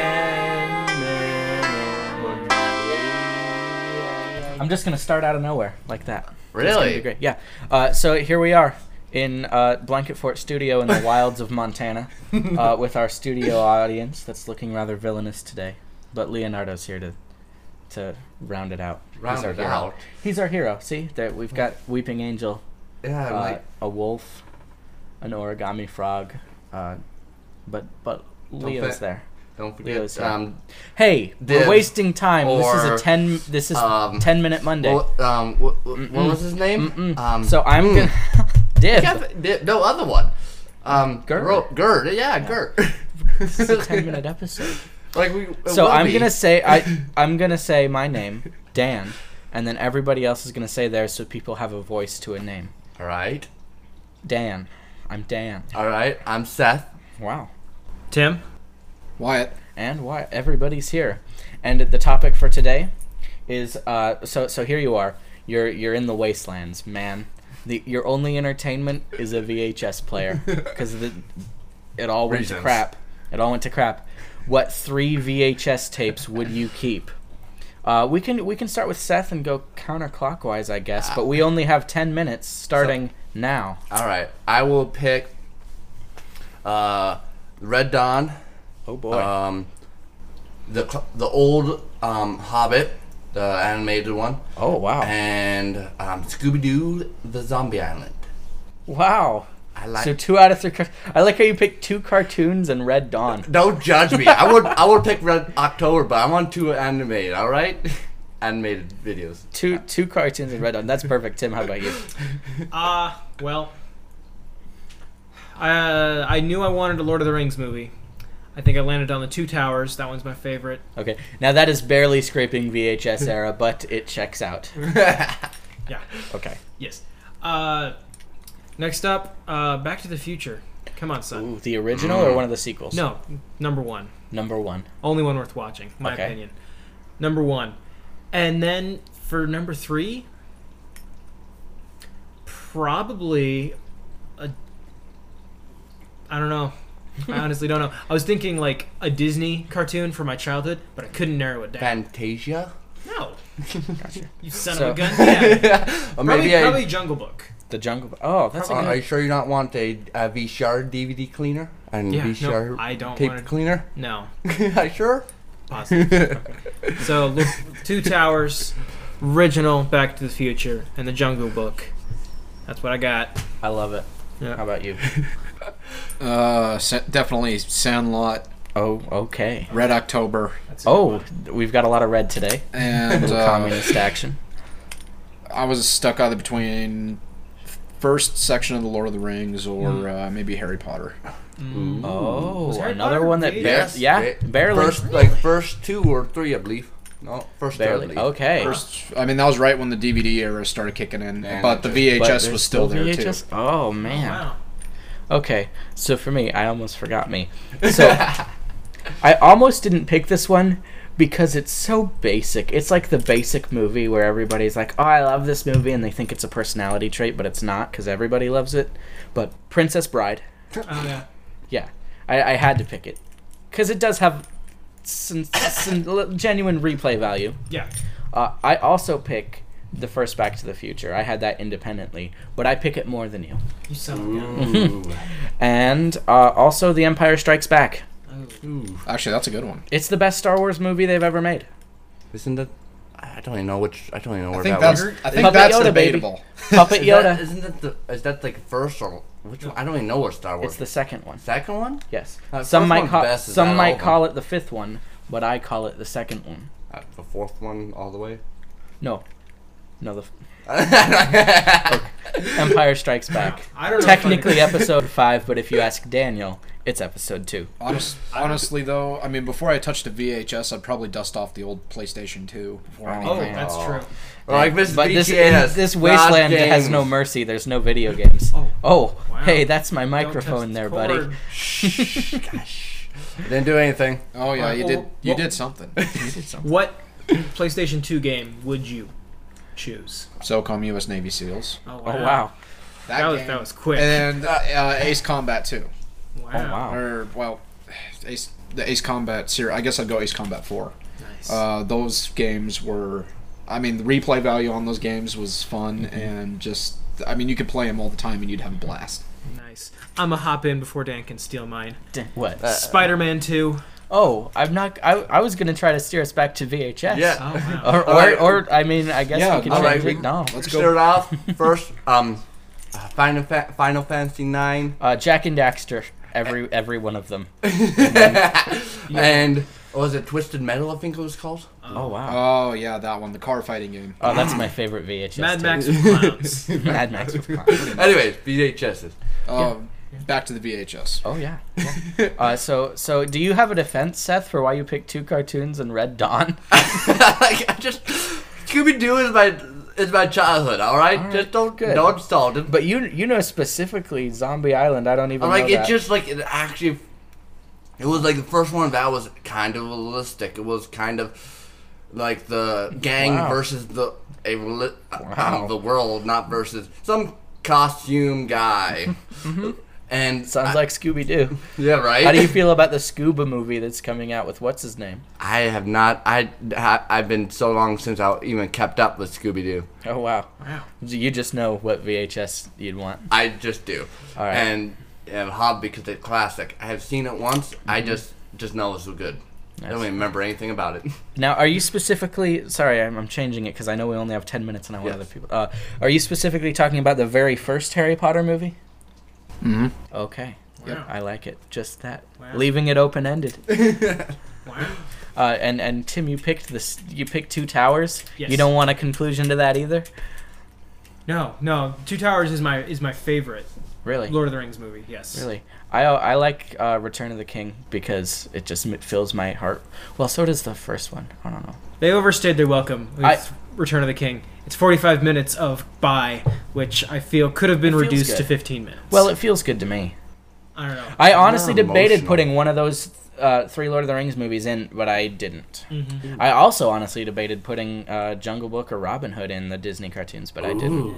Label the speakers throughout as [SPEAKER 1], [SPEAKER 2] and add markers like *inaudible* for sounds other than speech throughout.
[SPEAKER 1] Ten minutes.
[SPEAKER 2] I'm just gonna start out of nowhere like that. It's gonna be
[SPEAKER 1] Really?
[SPEAKER 2] great. Yeah. Uh, so here we are in uh, Blanket Fort Studio
[SPEAKER 1] *laughs*
[SPEAKER 2] in the wilds of Montana uh, with our studio audience that's looking rather villainous today. But Leonardo's here to to round it out.
[SPEAKER 1] Round
[SPEAKER 2] our
[SPEAKER 1] it
[SPEAKER 2] hero.
[SPEAKER 1] out.
[SPEAKER 2] He's our hero. See, there we've got Weeping Angel,
[SPEAKER 1] Yeah, I'm
[SPEAKER 2] uh,
[SPEAKER 1] like,
[SPEAKER 2] a wolf, an origami frog, uh, but but Leo's
[SPEAKER 1] fa-
[SPEAKER 2] there.
[SPEAKER 1] don't
[SPEAKER 2] Leo's
[SPEAKER 1] forget.
[SPEAKER 2] here.
[SPEAKER 1] Um,
[SPEAKER 2] Hey,
[SPEAKER 1] Div
[SPEAKER 2] we're wasting time. This is
[SPEAKER 1] or,
[SPEAKER 2] a ten. This is
[SPEAKER 1] um,
[SPEAKER 2] ten minute Monday.
[SPEAKER 1] well, um, wh- wh- what
[SPEAKER 2] Mm-mm.
[SPEAKER 1] was his name?
[SPEAKER 2] Mm-mm.
[SPEAKER 1] Um,
[SPEAKER 2] so
[SPEAKER 1] *laughs*
[SPEAKER 2] I'm
[SPEAKER 1] mm.
[SPEAKER 2] gonna Div.
[SPEAKER 1] Jeff- di- no other one. Um,
[SPEAKER 2] Gert.
[SPEAKER 1] Ro- Gert. Yeah, Gert. *laughs*
[SPEAKER 2] This is a *laughs* ten minute episode.
[SPEAKER 1] like we. it
[SPEAKER 2] So
[SPEAKER 1] will
[SPEAKER 2] I'm
[SPEAKER 1] be.
[SPEAKER 2] gonna say
[SPEAKER 1] *laughs*
[SPEAKER 2] I I'm gonna say my name, Dan, and then everybody else is gonna say theirs so people have a voice to a name.
[SPEAKER 1] All right.
[SPEAKER 2] Dan. I'm Dan.
[SPEAKER 1] All right. I'm Seth.
[SPEAKER 2] Wow.
[SPEAKER 3] Tim?
[SPEAKER 4] Wyatt.
[SPEAKER 2] And why everybody's here. And the topic for today is uh so so here you are. You're you're in the wastelands, man. The, your only entertainment is a VHS *laughs* player because the it all went
[SPEAKER 1] Reasons.
[SPEAKER 2] to crap. It all went to crap. What three VHS tapes would you keep? Uh, we can we can start with Seth and go counterclockwise, I guess. But we only have ten minutes starting now.
[SPEAKER 1] All right. I will pick. Uh, Red Dawn.
[SPEAKER 2] Oh boy!
[SPEAKER 1] Um, the cl- the old um Hobbit, the animated one,
[SPEAKER 2] oh wow!
[SPEAKER 1] and um Scooby Doo, the Zombie Island.
[SPEAKER 2] wow!
[SPEAKER 1] I like.
[SPEAKER 2] so two out of three. car- I like how you picked two cartoons and Red Dawn.
[SPEAKER 4] *laughs*
[SPEAKER 1] Don't judge me. I would I would pick Red October, but I want two animated. All right, *laughs* animated videos. *laughs*
[SPEAKER 2] Two two cartoons and Red Dawn. That's perfect. Tim, how about you?
[SPEAKER 3] Uh, well. Uh, I knew I wanted a Lord of the Rings movie. I think I landed on the Two Towers. That one's my favorite.
[SPEAKER 2] Okay, now that is barely scraping VHS era, but it checks out.
[SPEAKER 3] Yeah.
[SPEAKER 2] Okay.
[SPEAKER 3] Yes. Uh, next up, uh, Back to the Future. Come on, son.
[SPEAKER 2] Ooh, the original
[SPEAKER 4] Mm.
[SPEAKER 2] or one of the sequels?
[SPEAKER 3] No, number one.
[SPEAKER 2] Number one.
[SPEAKER 3] Only one worth watching, my
[SPEAKER 2] Okay.
[SPEAKER 3] opinion. Number one. And then for number three, probably a. I don't know.
[SPEAKER 2] *laughs*
[SPEAKER 3] I honestly don't know. I was thinking like a Disney cartoon from my childhood, but I couldn't narrow it down.
[SPEAKER 1] Fantasia,
[SPEAKER 3] No,
[SPEAKER 2] *laughs* Gotcha.
[SPEAKER 3] you son
[SPEAKER 2] So-
[SPEAKER 3] of a gun.
[SPEAKER 2] *laughs*
[SPEAKER 3] Yeah.
[SPEAKER 1] *laughs* or
[SPEAKER 3] probably,
[SPEAKER 1] maybe I. uh,
[SPEAKER 3] probably Jungle Book.
[SPEAKER 2] The Jungle. Oh, that's a
[SPEAKER 4] Uh,
[SPEAKER 1] are,
[SPEAKER 2] good.
[SPEAKER 1] are you sure you don't want a, a VCR DVD cleaner and
[SPEAKER 3] Yeah, no,
[SPEAKER 1] VCR
[SPEAKER 3] I don't
[SPEAKER 1] tape
[SPEAKER 3] want it.
[SPEAKER 1] cleaner? *laughs*
[SPEAKER 3] No,
[SPEAKER 1] Are you sure?
[SPEAKER 2] *laughs*
[SPEAKER 3] positive. Okay. So look, Two Towers, original Back to the Future, and the Jungle Book. That's what I got.
[SPEAKER 2] I love it.
[SPEAKER 3] Yeah.
[SPEAKER 2] How about
[SPEAKER 4] *laughs*
[SPEAKER 2] you?
[SPEAKER 4] Uh, sa- definitely Sandlot,
[SPEAKER 2] Oh, okay.
[SPEAKER 4] Red October,
[SPEAKER 3] That's a good
[SPEAKER 2] Oh,
[SPEAKER 3] one.
[SPEAKER 2] we've got a lot of red today. *laughs*
[SPEAKER 4] and uh,
[SPEAKER 2] Communist
[SPEAKER 4] *laughs*
[SPEAKER 2] action.
[SPEAKER 4] I was stuck either between first section of the Lord of the Rings or
[SPEAKER 2] Hmm.
[SPEAKER 4] uh, maybe Harry Potter.
[SPEAKER 3] Mm.
[SPEAKER 2] Oh,
[SPEAKER 3] Was Harry
[SPEAKER 2] another
[SPEAKER 3] Potter
[SPEAKER 2] one that
[SPEAKER 3] gay?
[SPEAKER 2] bar-
[SPEAKER 1] Yes.
[SPEAKER 2] yeah,
[SPEAKER 1] ba-
[SPEAKER 2] barely,
[SPEAKER 1] First, like first two or three, I believe. No, first Two, I
[SPEAKER 2] barely.
[SPEAKER 1] believe.
[SPEAKER 2] Okay,
[SPEAKER 4] First, I mean that was right when the DVD era started kicking in,
[SPEAKER 1] Man,
[SPEAKER 4] but the
[SPEAKER 1] but
[SPEAKER 2] But
[SPEAKER 4] VHS
[SPEAKER 2] there's
[SPEAKER 4] was still, there
[SPEAKER 2] VHS?
[SPEAKER 4] too.
[SPEAKER 2] Oh man.
[SPEAKER 3] Wow.
[SPEAKER 2] Okay, so for me, I almost forgot me. So I almost didn't pick this one because it's so basic. It's like the basic movie where everybody's like, "Oh, I love this movie," and they think it's a personality trait, but it's not because everybody loves it. But Princess Bride,
[SPEAKER 3] Oh yeah.
[SPEAKER 2] yeah, I, I had to pick it because it does have some, some genuine replay value.
[SPEAKER 3] Yeah.
[SPEAKER 2] Uh, I also pick the first Back to the Future. I had that independently, but I pick it more than you.
[SPEAKER 3] You son of a gun.
[SPEAKER 2] Mm.
[SPEAKER 1] Ooh.
[SPEAKER 2] And uh, also, The Empire Strikes Back.
[SPEAKER 3] Oh.
[SPEAKER 1] *laughs* Ooh.
[SPEAKER 4] Actually, that's a good one.
[SPEAKER 2] It's the best Star Wars movie they've ever made.
[SPEAKER 1] Isn't that? I don't even know which. I don't even know where
[SPEAKER 4] I think
[SPEAKER 1] that was.
[SPEAKER 4] that's I
[SPEAKER 2] Puppet
[SPEAKER 4] think that's
[SPEAKER 2] Yoda, baby.
[SPEAKER 4] debatable.
[SPEAKER 2] Puppet
[SPEAKER 1] Is *laughs* that-
[SPEAKER 2] Yoda.
[SPEAKER 1] Isn't that the? Is that like first or which one? I don't even know what Star Wars.
[SPEAKER 2] It's the second one.
[SPEAKER 1] second one.
[SPEAKER 2] Yes.
[SPEAKER 1] Uh,
[SPEAKER 2] some
[SPEAKER 1] first
[SPEAKER 2] might
[SPEAKER 1] one's
[SPEAKER 2] call
[SPEAKER 1] best, is that
[SPEAKER 2] some
[SPEAKER 1] all
[SPEAKER 2] might
[SPEAKER 1] of
[SPEAKER 2] call it the fifth one, but I call it the second one.
[SPEAKER 1] Uh, the fourth one all the way.
[SPEAKER 2] No, no, the f- Empire Strikes Back.
[SPEAKER 3] I don't know. *laughs*
[SPEAKER 2] Technically episode five, but if you ask Daniel, it's episode two.
[SPEAKER 4] *laughs* Honest, honestly, though, I mean, before I touched a VHS, I'd probably dust off the old PlayStation 2 before I
[SPEAKER 2] Oh,
[SPEAKER 4] anything.
[SPEAKER 3] Oh, that's
[SPEAKER 1] Oh.
[SPEAKER 3] true.
[SPEAKER 1] *laughs* like this
[SPEAKER 2] but this
[SPEAKER 1] VTS,
[SPEAKER 2] this
[SPEAKER 1] not
[SPEAKER 2] wasteland has
[SPEAKER 1] games.
[SPEAKER 2] no mercy. There's no video games.
[SPEAKER 3] Oh.
[SPEAKER 2] Oh,
[SPEAKER 3] Wow.
[SPEAKER 2] hey, that's my
[SPEAKER 3] Don't touch
[SPEAKER 2] microphone
[SPEAKER 3] the
[SPEAKER 2] there, buddy.
[SPEAKER 3] cord.
[SPEAKER 1] *laughs* Shh, gosh. Didn't do anything.
[SPEAKER 4] Oh yeah, you
[SPEAKER 3] Well,
[SPEAKER 4] did. You
[SPEAKER 3] well-
[SPEAKER 4] did something. You
[SPEAKER 2] *laughs*
[SPEAKER 4] did something.
[SPEAKER 3] What PlayStation 2 game would you choose?
[SPEAKER 4] SOCOM U.S. Navy SEALs.
[SPEAKER 3] Oh wow.
[SPEAKER 2] Oh wow.
[SPEAKER 4] That,
[SPEAKER 3] That was
[SPEAKER 4] game.
[SPEAKER 3] that was quick.
[SPEAKER 4] And uh, uh, Ace Combat 2.
[SPEAKER 3] wow.
[SPEAKER 2] Oh wow.
[SPEAKER 4] Or well, Ace the Ace Combat series. I guess I'd go Ace Combat Four.
[SPEAKER 3] Nice.
[SPEAKER 4] Uh, those games were, I mean, the replay value on those games was fun
[SPEAKER 2] Mm-hmm.
[SPEAKER 4] and just, I mean, you could play them all the time and you'd have a blast.
[SPEAKER 3] nice. I'm gonna hop in before Dan can steal mine.
[SPEAKER 2] What?
[SPEAKER 1] Uh,
[SPEAKER 3] Spider-Man 2.
[SPEAKER 2] oh, I'm not. I, I was gonna try to steer us back to VHS.
[SPEAKER 1] Yeah.
[SPEAKER 3] Oh
[SPEAKER 2] *laughs*
[SPEAKER 3] wow.
[SPEAKER 2] Or, or,
[SPEAKER 1] All right.
[SPEAKER 2] or I mean, I guess
[SPEAKER 4] Yeah,
[SPEAKER 2] we could
[SPEAKER 4] all
[SPEAKER 2] try
[SPEAKER 1] right,
[SPEAKER 2] to
[SPEAKER 1] we-
[SPEAKER 2] take no.
[SPEAKER 4] Let's go.
[SPEAKER 1] Start off first. Um, uh, Final Fa- Final Fantasy Nine,
[SPEAKER 2] Uh, Jack and Daxter. Every every one of them.
[SPEAKER 1] *laughs* and what was it Twisted Metal? I think it was called.
[SPEAKER 2] Oh wow.
[SPEAKER 4] Oh, yeah, that one, the car fighting game.
[SPEAKER 2] oh, that's my favorite VHS.
[SPEAKER 3] Mad
[SPEAKER 2] tape. *laughs*
[SPEAKER 3] Max with clowns.
[SPEAKER 2] Mad Max. with clowns.
[SPEAKER 1] Anyways, VHSs.
[SPEAKER 4] Uh, Back to the VHS.
[SPEAKER 2] Oh yeah. yeah. Uh, so so do you have a defense, Seth, for why you picked two cartoons and Red Dawn?
[SPEAKER 1] *laughs*
[SPEAKER 2] *laughs*
[SPEAKER 1] like, I just Scooby Doo is my is my childhood. All right,
[SPEAKER 2] All right,
[SPEAKER 1] just don't
[SPEAKER 2] good.
[SPEAKER 1] don't stall it.
[SPEAKER 2] But you you know specifically Zombie Island. I don't even
[SPEAKER 1] I'm like
[SPEAKER 2] know
[SPEAKER 1] it
[SPEAKER 2] that.
[SPEAKER 1] just like it actually. It was like the first one that was kind of realistic. It was kind of like the gang
[SPEAKER 2] Wow.
[SPEAKER 1] versus the a reli-
[SPEAKER 2] Wow.
[SPEAKER 1] um, the world, not versus some costume guy.
[SPEAKER 2] *laughs*
[SPEAKER 1] And
[SPEAKER 2] Mm-hmm. Sounds
[SPEAKER 1] I-
[SPEAKER 2] like Scooby Doo.
[SPEAKER 1] yeah, right.
[SPEAKER 2] How do you feel about the Scuba movie that's coming out with what's his name?
[SPEAKER 1] I have not. I ha- I've been so long since I even kept up with Scooby Doo.
[SPEAKER 2] Oh wow,
[SPEAKER 3] wow.
[SPEAKER 2] you just know what VHS you'd want.
[SPEAKER 1] I just do.
[SPEAKER 2] All right.
[SPEAKER 1] And a hobby because it's classic. I have seen it once. I just just know it's so good. I don't
[SPEAKER 2] Mm-hmm. Nice.
[SPEAKER 1] even remember anything about it.
[SPEAKER 2] Now, are you specifically? Sorry, I'm, I'm changing it because I know we only have ten minutes and I
[SPEAKER 1] Yes.
[SPEAKER 2] want other people. Uh, are you specifically talking about the very first Harry Potter movie?
[SPEAKER 4] Mm-hmm.
[SPEAKER 2] Okay,
[SPEAKER 3] Wow.
[SPEAKER 2] I like it. Just that,
[SPEAKER 3] Wow.
[SPEAKER 2] leaving it open
[SPEAKER 3] *laughs*
[SPEAKER 2] ended.
[SPEAKER 3] Wow.
[SPEAKER 2] Uh, and and Tim, you picked this. You picked Two Towers.
[SPEAKER 3] Yes.
[SPEAKER 2] You don't want a conclusion to that either,
[SPEAKER 3] No, no. Two Towers is my is my favorite
[SPEAKER 2] really.
[SPEAKER 3] Lord of the Rings movie. Yes.
[SPEAKER 2] Really, I I like uh, Return of the King because it just m- fills my heart. Well, so does the first one. I don't know.
[SPEAKER 3] They overstayed their welcome with
[SPEAKER 2] I-
[SPEAKER 3] Return of the King. It's 45 minutes of bye, which I feel could have been
[SPEAKER 2] It feels
[SPEAKER 3] reduced to
[SPEAKER 2] good.
[SPEAKER 3] 15 minutes.
[SPEAKER 2] Well, it feels good to me.
[SPEAKER 3] I don't know.
[SPEAKER 2] I honestly
[SPEAKER 1] They're
[SPEAKER 2] debated
[SPEAKER 1] emotional.
[SPEAKER 2] putting one of those uh, three Lord of the Rings movies in, but I didn't.
[SPEAKER 3] Mhm.
[SPEAKER 2] I also honestly debated putting uh, Jungle Book or Robin Hood in the Disney cartoons, but I didn't.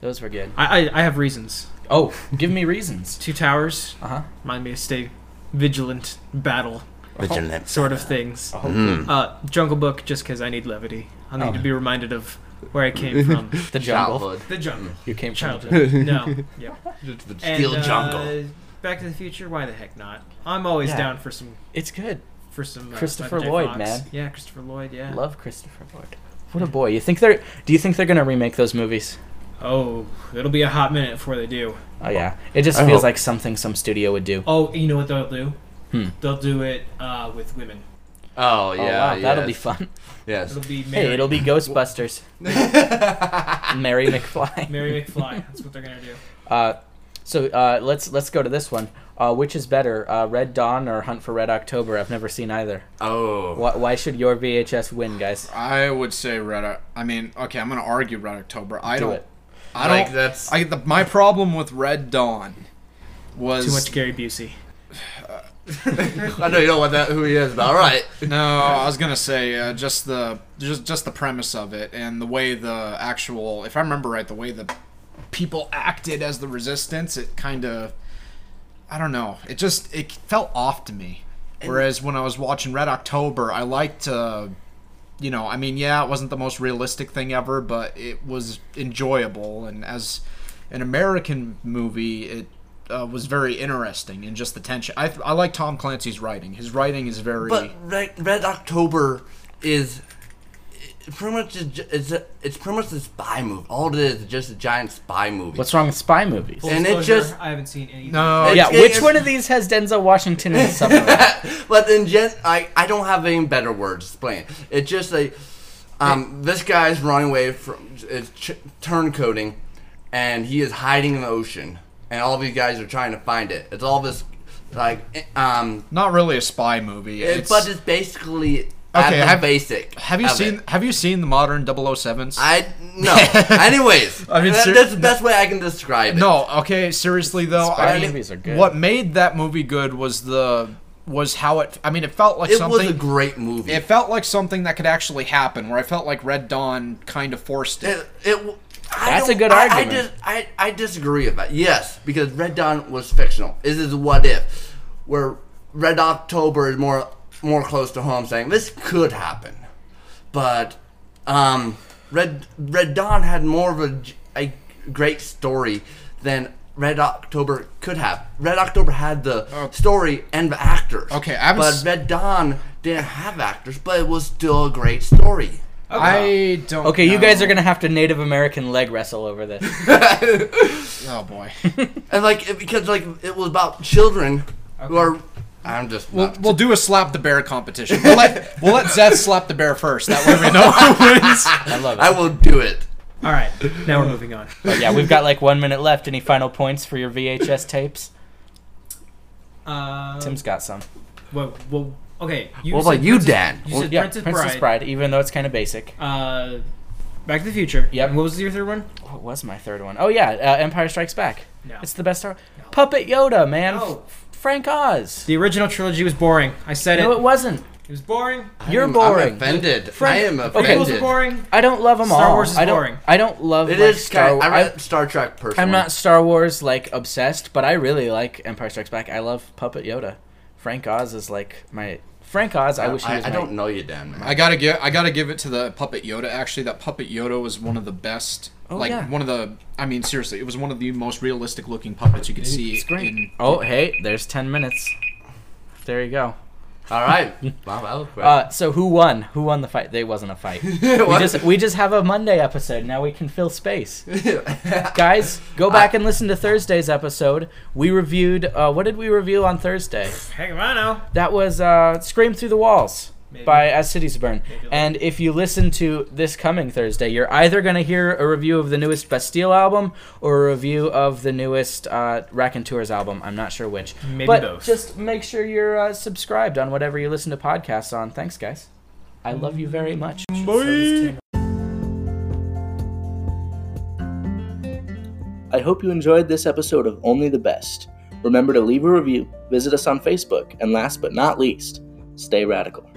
[SPEAKER 2] Those were good.
[SPEAKER 3] I, I I have reasons.
[SPEAKER 2] Oh, give me reasons.
[SPEAKER 3] Two Towers
[SPEAKER 2] Uh huh.
[SPEAKER 3] remind me to stay vigilant, battle
[SPEAKER 1] Vigilant.
[SPEAKER 3] sort of things.
[SPEAKER 1] Oh, Hmm. Mm-hmm.
[SPEAKER 3] Uh, Jungle Book, just because I need levity. I need
[SPEAKER 2] Oh.
[SPEAKER 3] to be reminded of where I came
[SPEAKER 2] *laughs*
[SPEAKER 3] from.
[SPEAKER 2] The jungle.
[SPEAKER 1] Childhood.
[SPEAKER 3] the jungle.
[SPEAKER 2] You came from.
[SPEAKER 3] Childhood. No.
[SPEAKER 2] *laughs*
[SPEAKER 3] Yep.
[SPEAKER 1] Just the
[SPEAKER 3] And,
[SPEAKER 1] Steel
[SPEAKER 3] uh,
[SPEAKER 1] jungle.
[SPEAKER 3] Back to the Future. Why the heck not? I'm always
[SPEAKER 2] Yeah.
[SPEAKER 3] down for some
[SPEAKER 2] It's good.
[SPEAKER 3] for some uh,
[SPEAKER 2] Christopher
[SPEAKER 3] Michael J.
[SPEAKER 2] Lloyd,
[SPEAKER 3] Fox.
[SPEAKER 2] man.
[SPEAKER 3] Yeah, Christopher Lloyd. Yeah.
[SPEAKER 2] Love Christopher Lloyd. What a boy. You think they're? Do you think they're gonna remake those movies?
[SPEAKER 3] Oh, it'll be a hot minute before they do.
[SPEAKER 2] Oh yeah. It just
[SPEAKER 1] I
[SPEAKER 2] feels
[SPEAKER 1] hope.
[SPEAKER 2] like something some studio would do.
[SPEAKER 3] Oh, you know what they'll do?
[SPEAKER 2] Hmm.
[SPEAKER 3] They'll do it uh, with women.
[SPEAKER 1] Oh yeah,
[SPEAKER 2] oh, wow. That'll be
[SPEAKER 1] yes.
[SPEAKER 2] fun.
[SPEAKER 1] Yes.
[SPEAKER 3] It'll be Mary,
[SPEAKER 2] Hey, it'll be Ghostbusters. *laughs* Mary McFly. *laughs*
[SPEAKER 3] Mary McFly. That's what they're gonna do.
[SPEAKER 2] Uh, so uh, let's let's go to this one. Uh, which is better, uh, Red Dawn or Hunt for Red October? I've never seen either.
[SPEAKER 1] *laughs* Oh.
[SPEAKER 2] Why, why should your VHS win, guys?
[SPEAKER 4] I would say Red. O- I mean, okay, I'm gonna argue Red October. I
[SPEAKER 2] Do
[SPEAKER 4] don't.
[SPEAKER 2] it.
[SPEAKER 4] I don't.
[SPEAKER 1] Like, that's-
[SPEAKER 4] I, the, my problem with Red Dawn was
[SPEAKER 3] Too much Gary Busey.
[SPEAKER 1] I know you don't want that who he is, but all right.
[SPEAKER 4] No, I was gonna say uh, just the just just the premise of it and the way the actual, if I remember right, the way the people acted as the resistance, it kind of, I don't know, it just it felt off to me. Whereas when I was watching Red October, I liked, uh, you know, I mean, yeah, it wasn't the most realistic thing ever, but it was enjoyable and as an American movie, it. Uh, was very interesting and just the tension. I, I like Tom Clancy's writing. His writing is very.
[SPEAKER 1] But Red, Red October is it pretty much is ju- it's a, it's pretty much a spy movie. All it is is just a giant spy movie.
[SPEAKER 2] What's wrong with spy movies?
[SPEAKER 3] Full
[SPEAKER 1] And it
[SPEAKER 3] disclosure,
[SPEAKER 1] just-
[SPEAKER 3] I haven't seen any.
[SPEAKER 4] No,
[SPEAKER 1] It's-
[SPEAKER 2] yeah,
[SPEAKER 1] it's-
[SPEAKER 2] which one of these has Denzel Washington in
[SPEAKER 1] *laughs*
[SPEAKER 2] the submarine?
[SPEAKER 1] but in gen, I, I don't have any better words to explain. it. It's just like um, this guy's running away from it's ch- turncoating, and he is hiding in the ocean, and all these guys are trying to find it. It's all this like um,
[SPEAKER 4] not really a spy movie.
[SPEAKER 1] it-
[SPEAKER 4] It's,
[SPEAKER 1] but it's basically at
[SPEAKER 4] Okay,
[SPEAKER 1] the
[SPEAKER 4] have-
[SPEAKER 1] basic.
[SPEAKER 4] have you
[SPEAKER 1] of it.
[SPEAKER 4] seen Have you seen the modern 007s?
[SPEAKER 1] I
[SPEAKER 4] *laughs*
[SPEAKER 1] no. Anyways,
[SPEAKER 4] I mean,
[SPEAKER 1] that-
[SPEAKER 4] ser-
[SPEAKER 1] that's the best way I can describe it.
[SPEAKER 4] no, okay, seriously though.
[SPEAKER 2] Spy
[SPEAKER 4] I mean,
[SPEAKER 2] movies are good.
[SPEAKER 4] What made that movie good was the was how it. I mean, it felt like
[SPEAKER 1] it
[SPEAKER 4] something.
[SPEAKER 1] was a great movie.
[SPEAKER 4] it felt like something that could actually happen. Where I felt like Red Dawn kind of forced it.
[SPEAKER 1] It- it- I
[SPEAKER 2] That's a
[SPEAKER 1] don't-
[SPEAKER 2] good
[SPEAKER 1] I, I,
[SPEAKER 2] argument.
[SPEAKER 1] dis, I, I disagree with that. Yes, because Red Dawn was fictional. This is what if, where Red October is more more close to home, saying this could happen, but um, Red Red Dawn had more of a, j- a great story than Red October could have. Red October had the
[SPEAKER 4] Oh.
[SPEAKER 1] story and the actors.
[SPEAKER 4] Okay, I was-
[SPEAKER 1] but Red Dawn didn't have actors, but it was still a great story.
[SPEAKER 4] I don't.
[SPEAKER 2] Okay, you
[SPEAKER 4] know.
[SPEAKER 2] guys are gonna have to Native American leg wrestle over this.
[SPEAKER 4] Oh
[SPEAKER 1] *laughs*
[SPEAKER 4] boy.
[SPEAKER 1] And like it, because like it was about children who are. I'm just.
[SPEAKER 4] We'll,
[SPEAKER 1] not-
[SPEAKER 4] we'll do a slap the bear competition. We'll let, we'll let Zeth slap the bear first. That way we know who
[SPEAKER 1] *laughs*
[SPEAKER 4] wins.
[SPEAKER 2] I love it.
[SPEAKER 1] I will do it.
[SPEAKER 3] All right,
[SPEAKER 1] *laughs*
[SPEAKER 3] now we're moving on.
[SPEAKER 2] But yeah, we've got like one minute left. Any final points for your VHS tapes?
[SPEAKER 3] Uh,
[SPEAKER 2] Tim's got some.
[SPEAKER 3] Well, well, okay. You
[SPEAKER 1] What
[SPEAKER 3] said
[SPEAKER 1] about you,
[SPEAKER 3] Princess-
[SPEAKER 1] Dan?
[SPEAKER 3] You
[SPEAKER 1] Well,
[SPEAKER 3] said
[SPEAKER 2] Yeah,
[SPEAKER 3] Princess,
[SPEAKER 2] Princess
[SPEAKER 3] Bride.
[SPEAKER 2] Bride. Even though it's kind of basic.
[SPEAKER 3] Uh, Back to the Future.
[SPEAKER 2] Yep.
[SPEAKER 3] And What was your third one?
[SPEAKER 2] What was my third one? Oh yeah, uh, Empire Strikes Back.
[SPEAKER 3] No.
[SPEAKER 2] It's the best. Star- Puppet Yoda, man.
[SPEAKER 3] No.
[SPEAKER 2] F- Frank Oz.
[SPEAKER 3] The original trilogy was boring. I said
[SPEAKER 2] No,
[SPEAKER 3] it.
[SPEAKER 2] it wasn't.
[SPEAKER 3] It was boring.
[SPEAKER 2] You're
[SPEAKER 1] I'm-
[SPEAKER 2] boring.
[SPEAKER 1] I'm offended. I am
[SPEAKER 2] okay.
[SPEAKER 1] offended.
[SPEAKER 3] Prequels are boring.
[SPEAKER 2] I don't love them all.
[SPEAKER 3] Star Wars is
[SPEAKER 2] I don't,
[SPEAKER 3] boring.
[SPEAKER 2] I don't love.
[SPEAKER 1] It
[SPEAKER 2] like,
[SPEAKER 1] is
[SPEAKER 2] Star.
[SPEAKER 1] kind. Of, I
[SPEAKER 2] I-
[SPEAKER 1] read Star Trek personally.
[SPEAKER 2] I'm not Star Wars like obsessed, but I really like Empire Strikes Back. I love Puppet Yoda. Frank Oz is like my Frank Oz. I wish he
[SPEAKER 1] Uh, I,
[SPEAKER 2] was.
[SPEAKER 1] I
[SPEAKER 2] my-
[SPEAKER 1] don't know you, Dan. Man.
[SPEAKER 4] I gotta give I gotta give it to the puppet Yoda. Actually, that puppet Yoda was one of the best.
[SPEAKER 2] Oh,
[SPEAKER 4] like
[SPEAKER 2] yeah.
[SPEAKER 4] one of the. I mean, seriously, it was one of the most realistic looking puppets you could see.
[SPEAKER 2] It's great.
[SPEAKER 4] in-
[SPEAKER 2] Oh hey, there's ten minutes. There you go.
[SPEAKER 1] All
[SPEAKER 2] *laughs*
[SPEAKER 1] right. Wow, that was quick.
[SPEAKER 2] Uh, so who won? Who won the fight? There wasn't
[SPEAKER 1] *laughs*
[SPEAKER 2] a fight. we
[SPEAKER 1] What?
[SPEAKER 2] just Uh, we just have a Monday episode. Now we can fill space.
[SPEAKER 1] *laughs*
[SPEAKER 2] Guys, go back and listen to Thursday's episode. We reviewed. Uh, what did we review on Thursday?
[SPEAKER 3] Hang on, I know.
[SPEAKER 2] That was uh, Scream Through the Walls
[SPEAKER 3] Maybe.
[SPEAKER 2] by As Cities Burn.
[SPEAKER 3] Maybe.
[SPEAKER 2] And if you listen to this coming Thursday, you're either going to hear a review of the newest Bastille album or a review of the newest uh, Rack and Tours album. I'm not sure which.
[SPEAKER 3] Maybe
[SPEAKER 2] but
[SPEAKER 3] both.
[SPEAKER 2] just make sure you're uh, subscribed on whatever you listen to podcasts on. Thanks, guys. I love you very much. I hope you enjoyed this episode of Only the Best. Remember to leave a review, visit us on Facebook, and last but not least, stay radical.